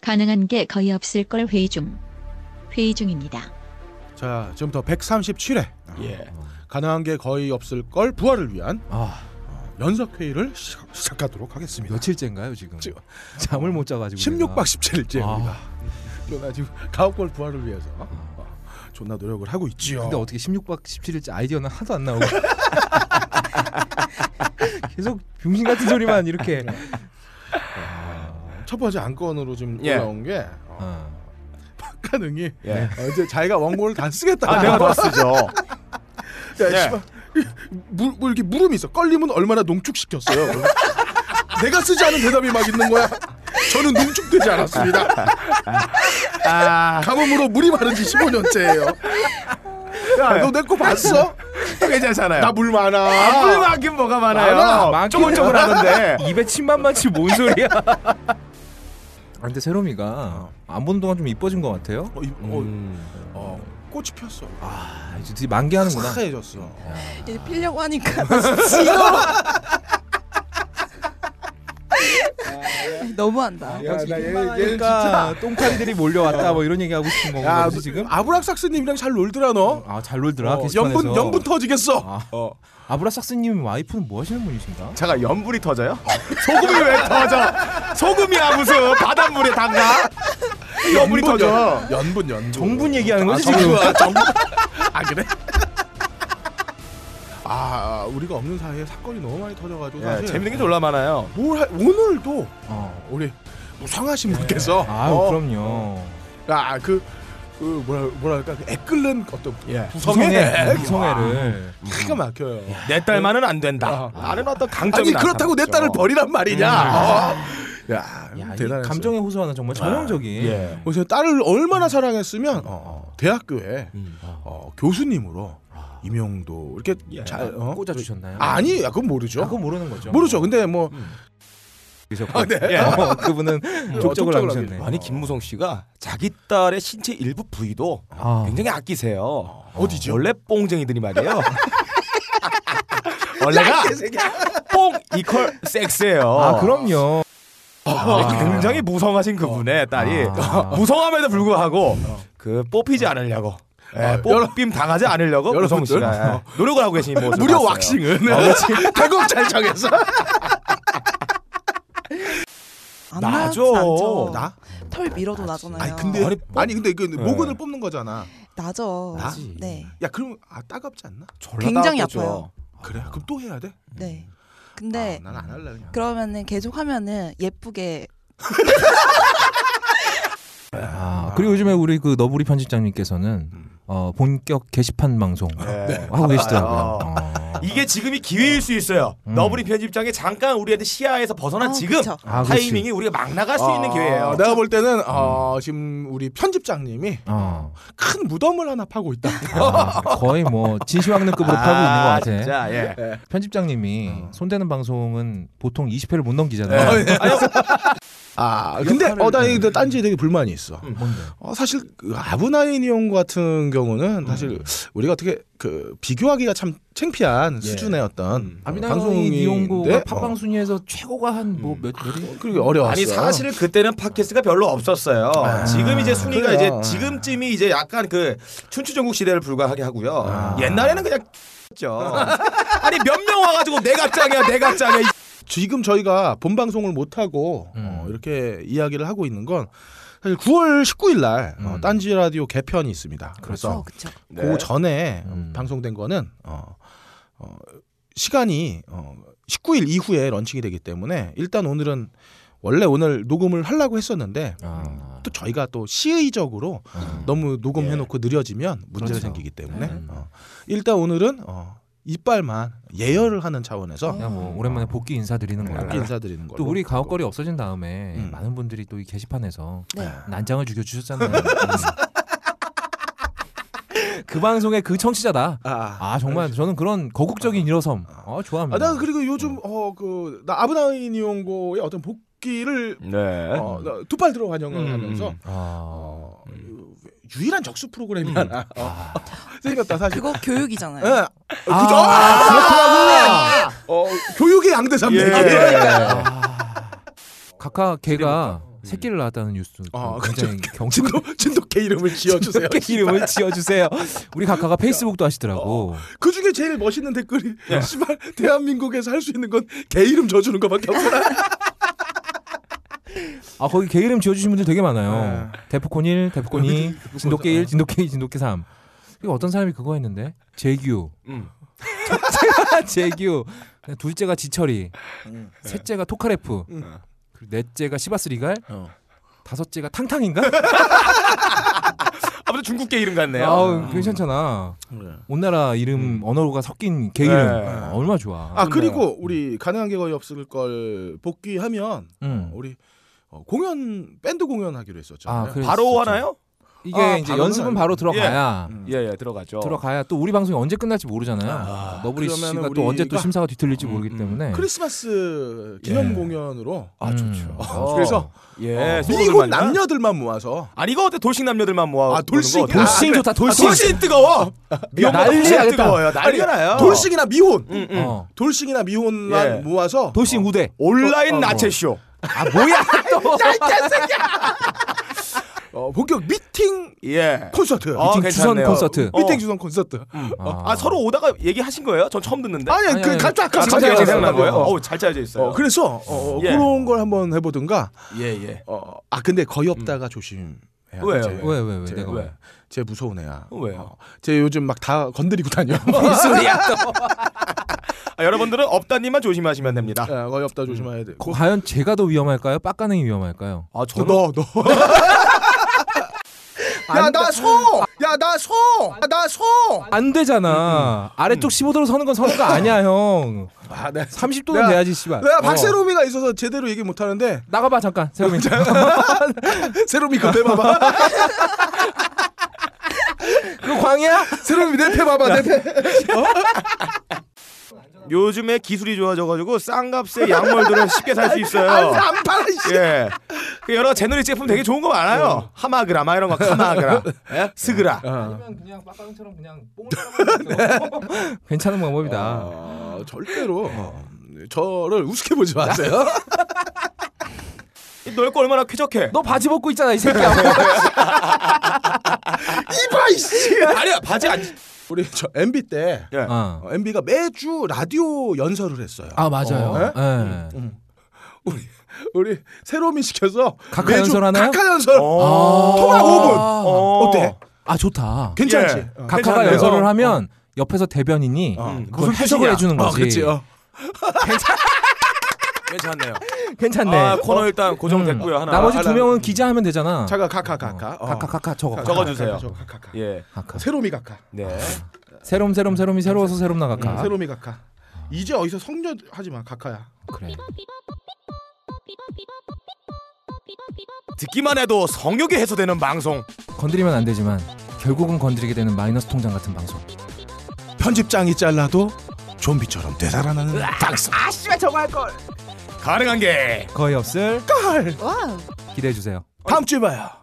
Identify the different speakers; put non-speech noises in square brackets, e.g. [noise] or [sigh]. Speaker 1: 가능한 게 거의 없을 걸 회의 중. 회의 중입니다.
Speaker 2: 자, 지금부터 137회.
Speaker 3: 예.
Speaker 2: 가능한 게 거의 없을 걸 부활을 위한 어,
Speaker 3: 아
Speaker 2: 연석 회의를 시작, 시작하도록 하겠습니다.
Speaker 3: 며칠째인가요 지금?
Speaker 2: 지금-
Speaker 3: 잠을 못 자가지고
Speaker 2: 16박
Speaker 3: 내가.
Speaker 2: 17일째입니다.
Speaker 3: 아,
Speaker 2: 존나 지금 가옥골 부활을 위해서 어, 존나 노력을 하고 있지요.
Speaker 3: 근데 어떻게 16박 17일째 아이디어는 하나도 안 나오고 [laughs] 계속 병신 같은 소리만 이렇게. 아,
Speaker 2: 첫 번째 안건으로 지금
Speaker 4: 예.
Speaker 2: 올라온 게 어, [laughs]
Speaker 3: 아.
Speaker 2: 박가능이
Speaker 4: 예.
Speaker 2: 어, 이제 자기가 원고를 다 쓰겠다.
Speaker 4: 아, 내가 더 쓰죠. [laughs]
Speaker 2: 야,
Speaker 4: 예.
Speaker 2: 씨발. 물, 뭐 이렇게 물음이 있어. 껄림은 얼마나 농축시켰어요. [laughs] 내가 쓰지 않은 대답이 막 있는 거야. 저는 농축되지 않았습니다.
Speaker 4: 아,
Speaker 2: 가뭄으로 물이 마른 지 15년째예요. 야, 너 내 거 봤어?
Speaker 4: 괜찮잖아요.
Speaker 2: 나 물 많아.
Speaker 4: 예. 아, 물 많긴 뭐가 많아요.
Speaker 3: 많아, 많긴
Speaker 4: 쪼글쪼글하던데.
Speaker 3: [laughs] 입에 침만 많지 뭔 소리야? 어. 아, 근데 세롬이가 안 보는 동안 좀 이뻐진 것 같아요.
Speaker 2: 어, 이- 어, 어, 꽃이 피었어.
Speaker 3: 아 이제 드디어 만개하는구나.
Speaker 2: 사해졌어.
Speaker 5: 이제 필려고 하니까 [laughs] 너무한다.
Speaker 3: 역시
Speaker 2: 나 얘-
Speaker 3: 희망하니까 똥파리들이 몰려왔다 뭐 이런 얘기하고 싶은 건가
Speaker 2: 어. 야,
Speaker 3: 혹시 지금?
Speaker 2: 아브락삭스님이랑 잘 놀더라 너.
Speaker 3: 아 잘 놀더라
Speaker 2: 어,
Speaker 3: 게시판에서
Speaker 2: 연분 연분 터지겠어.
Speaker 3: 아, 아브라삭스님 와이프는 뭐 하시는 분이신가?
Speaker 4: 제가 연불이 터져요? [laughs] 소금이 왜 터져? 소금이야 무슨 바닷물에 담가?
Speaker 2: 연분,
Speaker 4: 연불이 터져.
Speaker 2: 연- 연분 연분.
Speaker 3: 정분 얘기하는 거지
Speaker 2: 아,
Speaker 3: 지금?
Speaker 2: 정부- 아, 정부- 아, 그래? 아 우리가 없는 사이에 사건이 너무 많이 터져가지고
Speaker 4: 예,
Speaker 2: 사실
Speaker 4: 재밌는 게 졸라 많아요.
Speaker 2: 뭘 하, 오늘도
Speaker 3: 어.
Speaker 2: 우리 무상하신 분께서
Speaker 3: 아
Speaker 2: 어,
Speaker 3: 그럼요.
Speaker 2: 아그 그 뭐라 뭐랄까 그 애끓는 어떤
Speaker 4: 예.
Speaker 3: 네,
Speaker 2: 부성애
Speaker 3: 성애를
Speaker 2: 기가 막혀요.
Speaker 3: 예.
Speaker 4: 내 딸만은 안 된다.
Speaker 2: 아.
Speaker 4: 나는 어떤 강점이
Speaker 2: 아니 그렇다고 내
Speaker 4: 나타났죠.
Speaker 2: 딸을 버리란 말이냐?
Speaker 3: 음.
Speaker 2: 어.
Speaker 3: 야,
Speaker 2: 야
Speaker 3: 이
Speaker 2: 대단했어.
Speaker 3: 감정의 호소하는
Speaker 2: 네.
Speaker 3: 정말 전형적인
Speaker 4: 예.
Speaker 2: 그래서 뭐 딸을 얼마나 사랑했으면 어, 대학교에
Speaker 3: 음.
Speaker 2: 어, 교수님으로 임용도 이렇게
Speaker 4: 예.
Speaker 2: 잘 어?
Speaker 3: 아. 꽂아 주셨나요?
Speaker 2: 아니, 야, 그건 모르죠.
Speaker 3: 아, 그건 모르는 거죠.
Speaker 2: 모르죠. 근데 뭐
Speaker 3: 그러셨고.
Speaker 2: 아, 네.
Speaker 3: 어, 그분은 족적을
Speaker 2: 족적을
Speaker 3: 남기셨네.
Speaker 2: 하긴.
Speaker 4: 아니 김무성 씨가 자기 딸의 신체 일부 부위도
Speaker 3: 아.
Speaker 4: 굉장히 아끼세요.
Speaker 2: 어디죠? [laughs]
Speaker 4: 원래 뽕쟁이들이 말이에요. 원래가 뽕 이퀄 섹스예요.
Speaker 3: 아 그럼요.
Speaker 4: 아, 굉장히 무성하신 그분의 딸이
Speaker 3: 아.
Speaker 4: 무성함에도 불구하고 그 뽑히지 않으려고 예,
Speaker 2: 아,
Speaker 4: 뽑힘 당하지 않으려고
Speaker 2: 여러분들.
Speaker 4: 무성 씨가 예, 노력을 아, 하고 계신 모습
Speaker 2: 무료 왁싱은 대국 잘 정해서
Speaker 5: 안
Speaker 4: 나죠.
Speaker 5: 나죠.
Speaker 2: 나?
Speaker 5: 털 밀어도 나잖아요.
Speaker 2: 아니 근데 아니,
Speaker 4: 아니,
Speaker 2: 근데 그 모근을 뽑는 거잖아.
Speaker 5: 나죠.
Speaker 2: 나?
Speaker 5: 네,
Speaker 2: 야 그럼 아 따갑지 않나?
Speaker 5: 굉장히 아파요.
Speaker 2: 그래? 그럼 또 해야 돼?
Speaker 5: 네. 근데
Speaker 2: 아, 난 안 할래 그냥.
Speaker 5: 그러면은 계속 하면은 예쁘게
Speaker 3: 아, 그리고 요즘에 우리 그 너부리 편집장님께서는
Speaker 2: 음.
Speaker 3: 어, 본격 게시판 방송
Speaker 2: 네.
Speaker 3: 하고 계시더라고요.
Speaker 2: 아,
Speaker 3: 어.
Speaker 4: 예. 이게 지금이 기회일 수 있어요.
Speaker 3: 음.
Speaker 4: 너브리 편집장이 잠깐 우리한테 시야에서 벗어난
Speaker 5: 아,
Speaker 4: 지금
Speaker 5: 그쵸.
Speaker 3: 아, 그렇지.
Speaker 4: 타이밍이 우리가 막 나갈 수 있는
Speaker 2: 아,
Speaker 4: 기회예요.
Speaker 2: 내가 볼 때는 어, 지금 우리 편집장님이 [laughs]
Speaker 3: 어.
Speaker 2: 큰 무덤을 하나 파고 있다.
Speaker 3: 아, 거의 뭐 진시황릉급으로 파고 있는 것
Speaker 4: 아,
Speaker 3: 같아.
Speaker 4: 진짜 예.
Speaker 3: 편집장님이 손대는 방송은 보통 20회를 못 넘기잖아요.
Speaker 2: 어. 네. 아 근데 어나 이거 딴지에 되게 불만이 있어.
Speaker 3: 뭔데?
Speaker 2: 어, 사실 그 아브나이니온 같은 경우는 사실 우리가 어떻게 그 비교하기가 참 창피한 수준의 어떤
Speaker 3: 음.
Speaker 2: 어,
Speaker 3: 아미나이 이용고가
Speaker 2: 방송인데
Speaker 3: 팟빵 순위에서 최고가 한 뭐 몇 몇이?
Speaker 2: 어, 그리고 어려웠어.
Speaker 4: 아니 사실 그때는 팟캐스트가 별로 없었어요. 지금 이제 순위가
Speaker 2: 아, 그래요.
Speaker 4: 이제 지금쯤이 이제 약간 그 춘추전국 시대를 불과하게 하고요.
Speaker 2: 아.
Speaker 4: 옛날에는 그냥 죠 아니 몇 명 와가지고 내가 짱이야 내가 짱이야 이
Speaker 2: 지금 저희가 본 방송을 못 하고 어,
Speaker 3: 음.
Speaker 2: 이렇게 이야기를 하고 있는 건 사실 9월 19일 날 어,
Speaker 3: 음. 그렇죠. 네.
Speaker 2: 딴지 라디오 개편이 있습니다.
Speaker 5: 어,
Speaker 2: 그래서
Speaker 5: 그쵸.
Speaker 2: 그 전에 어,
Speaker 3: 음.
Speaker 2: 방송된 거는 어, 어, 시간이 어, 19일 이후에 런칭이 되기 때문에 일단 오늘은 원래 오늘 녹음을 하려고 했었는데
Speaker 3: 아,
Speaker 2: 또 저희가 또 시의적으로
Speaker 3: 음.
Speaker 2: 너무 녹음해놓고 느려지면 문제가
Speaker 3: 그렇죠.
Speaker 2: 생기기 때문에
Speaker 3: 네.
Speaker 2: 어, 일단 오늘은 어, 이빨만 예열을 하는 차원에서
Speaker 3: 그냥 뭐 오랜만에 복귀 인사드리는 거예요.
Speaker 2: 이렇게 인사드리는 걸로
Speaker 3: 네. 또 우리 가옥거리 없어진 다음에
Speaker 2: 음.
Speaker 3: 많은 분들이 또 이 게시판에서
Speaker 5: 네.
Speaker 3: 난장을 죽여 주셨잖아요. 음. 그 방송의 그 청취자다.
Speaker 2: 아,
Speaker 3: 아 정말 저는 그런 거국적인 일어섬 어 좋아합니다. 네.
Speaker 2: 아, 나 그리고 요즘 어 그 나 아브나이니온고의 어떤 복귀를
Speaker 4: 네.
Speaker 2: 어, 나 두팔 들어 환영을
Speaker 4: 음,
Speaker 2: 하면서
Speaker 4: 음.
Speaker 3: 아,
Speaker 2: 어, 유일한 적수 프로그램이
Speaker 3: 음.
Speaker 2: 하나 어, [laughs] 생겼다 사실.
Speaker 5: 그거 교육이잖아요.
Speaker 2: 예,
Speaker 3: 아,
Speaker 2: 그죠?
Speaker 3: 그렇구나. 예,
Speaker 2: [laughs] 어, 교육의 양대산맥.
Speaker 4: 예.
Speaker 3: 각하 걔가 새끼를 낳았다는 뉴스
Speaker 2: 아,
Speaker 3: 굉장히 경청 [laughs]
Speaker 2: 그 진도 진돗개 이름을 지어주세요.
Speaker 3: 새끼 이름을 지어주세요. 우리 각하가 페이스북도 하시더라고.
Speaker 2: 그 중에 제일 멋있는 댓글이 [laughs]
Speaker 3: 예.
Speaker 2: 씨발 대한민국에서 할 수 있는 건 개 이름 져주는 것밖에
Speaker 3: [laughs]
Speaker 2: 없구나.
Speaker 3: 아 거기 개 이름 지어주신 분들 되게 많아요.
Speaker 2: 네.
Speaker 3: 데프콘 1, 데프콘 2, 진돗개 1, 진돗개 2, 진돗개 3. 그리고 어떤 사람이 그거 했는데 재규,
Speaker 4: 음.
Speaker 3: [laughs] 재규, 둘째가 지철이, 셋째가 토카레프,
Speaker 2: 음.
Speaker 3: 그리고 넷째가 시바스리갈,
Speaker 2: 어.
Speaker 3: 다섯째가 탕탕인가?
Speaker 4: 아무튼 중국계 이름 같네요. 음.
Speaker 3: 아우
Speaker 2: 그
Speaker 3: 괜찮잖아.
Speaker 2: 그래.
Speaker 3: 온 나라 이름 언어가 섞인 개 이름
Speaker 4: 네.
Speaker 3: 아, 얼마 나 좋아.
Speaker 2: 아 그리고 우리 가능한 게 거의 없을 걸 복귀하면
Speaker 3: 음.
Speaker 2: 우리 어, 공연 밴드 공연하기로 했었죠.
Speaker 3: 아, 그래.
Speaker 4: 바로 하나요?
Speaker 3: 이게
Speaker 2: 아,
Speaker 3: 이제
Speaker 2: 바로는
Speaker 3: 연습은 바로 들어가야
Speaker 2: 음.
Speaker 4: 예예 들어가죠.
Speaker 3: 들어가야 또 우리 방송이 언제 끝날지 모르잖아요. 너브리
Speaker 2: 그러면은
Speaker 3: 씨가 또 언제 또
Speaker 2: 우리가-
Speaker 3: 심사가 뒤틀릴지
Speaker 4: 음,
Speaker 3: 모르기
Speaker 4: 음.
Speaker 3: 때문에.
Speaker 2: 크리스마스 기념
Speaker 4: 예.
Speaker 2: 공연으로
Speaker 4: 아 좋죠.
Speaker 3: 음.
Speaker 4: 어.
Speaker 2: 그래서
Speaker 4: 예
Speaker 2: 어,
Speaker 4: 소문을
Speaker 2: 미국
Speaker 4: 만나?
Speaker 2: 남녀들만 모아서
Speaker 4: 아니 이거 어때 돌싱 남녀들만 모아
Speaker 2: 아, 돌싱.
Speaker 4: 보는 거 어때?
Speaker 3: 돌싱
Speaker 4: 아,
Speaker 3: 좋다,
Speaker 4: 그래.
Speaker 3: 돌싱.
Speaker 4: 아, 돌싱 뜨거워 미혼보다
Speaker 3: 난리
Speaker 4: 돌싱
Speaker 3: 나겠다.
Speaker 4: 뜨거워요 난리가
Speaker 2: 아니,
Speaker 4: 나요
Speaker 2: 돌싱이나 미혼,
Speaker 4: 음, 음.
Speaker 3: 어.
Speaker 2: 돌싱이나 미혼만
Speaker 4: 예.
Speaker 2: 모아서
Speaker 3: 도시 무대.
Speaker 4: 온라인
Speaker 2: 어, 어,
Speaker 4: 나체쇼
Speaker 3: 아 뭐야 또.
Speaker 2: 어, 본격 미팅
Speaker 4: 예
Speaker 2: 콘서트,
Speaker 4: 어,
Speaker 3: 미팅 주선
Speaker 4: 괜찮네요.
Speaker 3: 콘서트.
Speaker 4: 어.
Speaker 2: 미팅 주선 콘서트.
Speaker 4: 어. 아 서로 오다가 얘기하신 거예요? 전 처음 듣는데
Speaker 2: 아니,
Speaker 3: 아니,
Speaker 2: 그
Speaker 3: 아니,
Speaker 2: 갑자기
Speaker 3: 갑자기
Speaker 2: 갑자기
Speaker 4: 지금 생각난
Speaker 3: 생각나는
Speaker 4: 거예요?
Speaker 2: 어,
Speaker 4: 어우 잘 짜여져 있어요
Speaker 2: 어, 그래서 어,
Speaker 4: 예.
Speaker 2: 그런 걸 한번 해보든가.
Speaker 4: 예예
Speaker 2: 어, 아 근데 거의 없다가 조심해야 돼.
Speaker 4: 음. 왜요?
Speaker 2: 쟤.
Speaker 3: 왜왜 왜
Speaker 2: 제,
Speaker 3: 내가
Speaker 4: 왜?
Speaker 3: 왜?
Speaker 2: 쟤 무서운 애야.
Speaker 4: 왜요? 어,
Speaker 2: 어, 쟤 요즘 막 다 건드리고
Speaker 4: [laughs]
Speaker 2: 다녀.
Speaker 3: 무슨 소리야 또.
Speaker 4: 아, 여러분들은 업다님만 조심하시면
Speaker 2: [laughs]
Speaker 4: 됩니다
Speaker 2: 예, 거의
Speaker 4: 음.
Speaker 2: 없다 조심해야 돼.
Speaker 3: 거- 과연 제가 더 위험할까요? 빡가능이 위험할까요?
Speaker 4: 아
Speaker 2: 너 너.
Speaker 3: 안 되잖아. 아래쪽 15도로 서는 건 서는 거 아니야 형.
Speaker 2: 아, 네.
Speaker 3: 30도는
Speaker 2: 내가-
Speaker 3: 돼야지 씨발.
Speaker 2: 내가
Speaker 3: 어.
Speaker 2: 박세롬이가 있어서 제대로 얘기 못 하는데
Speaker 3: 나가봐 잠깐 세롬이.
Speaker 2: 세롬이 그내 봐봐.
Speaker 3: [laughs] 그거 광이야?
Speaker 2: 세롬이 내패 봐봐 내 패.
Speaker 4: 요즘에 기술이 좋아져가지고 싼값에 양말들을 쉽게 살 수 있어요
Speaker 2: 안 팔아. 이 씨.
Speaker 4: 예. 그 여러 제너리 제품 되게 좋은 거 많아요. 하마그라 막 이런 거 카마그라, 예? 스그라.
Speaker 3: 아니면 그냥 빡가능처럼 그냥 뽕을 [laughs] 괜찮은 방법이다.
Speaker 2: 어, 절대로 저를 우습게 보지 마세요.
Speaker 4: 넓고 얼마나 쾌적해.
Speaker 3: 너 바지 벗고 있잖아 이 새끼야.
Speaker 2: 이봐 이씨.
Speaker 4: 아니야 바지 안.
Speaker 2: 우리 저 MB 때
Speaker 4: 예.
Speaker 3: [laughs] 어.
Speaker 2: 어, MB가 매주 라디오 연설을 했어요.
Speaker 3: 아 맞아요.
Speaker 2: 어, 예?
Speaker 3: 예.
Speaker 2: 우리 우리 세롬이 시켜서
Speaker 3: 각하
Speaker 2: 매주
Speaker 3: 연설 하나요?
Speaker 2: 각하 연설.
Speaker 4: 어.
Speaker 2: 통화 5분.
Speaker 4: 어.
Speaker 2: 어때?
Speaker 3: 아 좋다.
Speaker 2: 괜찮지?
Speaker 4: 예.
Speaker 2: 어.
Speaker 3: 각하가
Speaker 4: 괜찮네요.
Speaker 3: 연설을
Speaker 4: 어,
Speaker 3: 하면 옆에서 대변인이
Speaker 2: 어.
Speaker 4: 음.
Speaker 3: 그걸
Speaker 4: 무슨
Speaker 3: 해석을
Speaker 4: 뜻이냐?
Speaker 3: 해주는
Speaker 2: 어,
Speaker 3: 거지.
Speaker 2: 그치. 어.
Speaker 4: 괜찮네요.
Speaker 3: 괜찮네. 음.
Speaker 4: 아 코너 일단 고정됐고요 하나.
Speaker 3: 나머지
Speaker 2: 하나.
Speaker 3: 두 명은 기자하면 되잖아.
Speaker 2: 자가 각하 각하. 어.
Speaker 3: 각하 각하 저거.
Speaker 4: 저거. 적어주세요.
Speaker 2: 저거 각하, 각하.
Speaker 4: 예.
Speaker 3: 각하.
Speaker 2: 세롬이 각하.
Speaker 4: 네.
Speaker 3: 새롬 새롬 새롬이 새로워서 새롬 나각하.
Speaker 2: 세롬이 각하. 이제 어디서 성녀 하지 마 각하야.
Speaker 3: 그래.
Speaker 4: 듣기만 해도 성욕이 해소되는 방송.
Speaker 3: 건드리면 안 되지만 결국은 건드리게 되는 마이너스 통장 같은 방송.
Speaker 2: 편집장이 잘라도 좀비처럼 되살아나는 당사.
Speaker 4: 가능한 게
Speaker 3: 거의 없을
Speaker 5: 와우.
Speaker 3: 기대해 주세요.
Speaker 2: 다음 주에 봐요.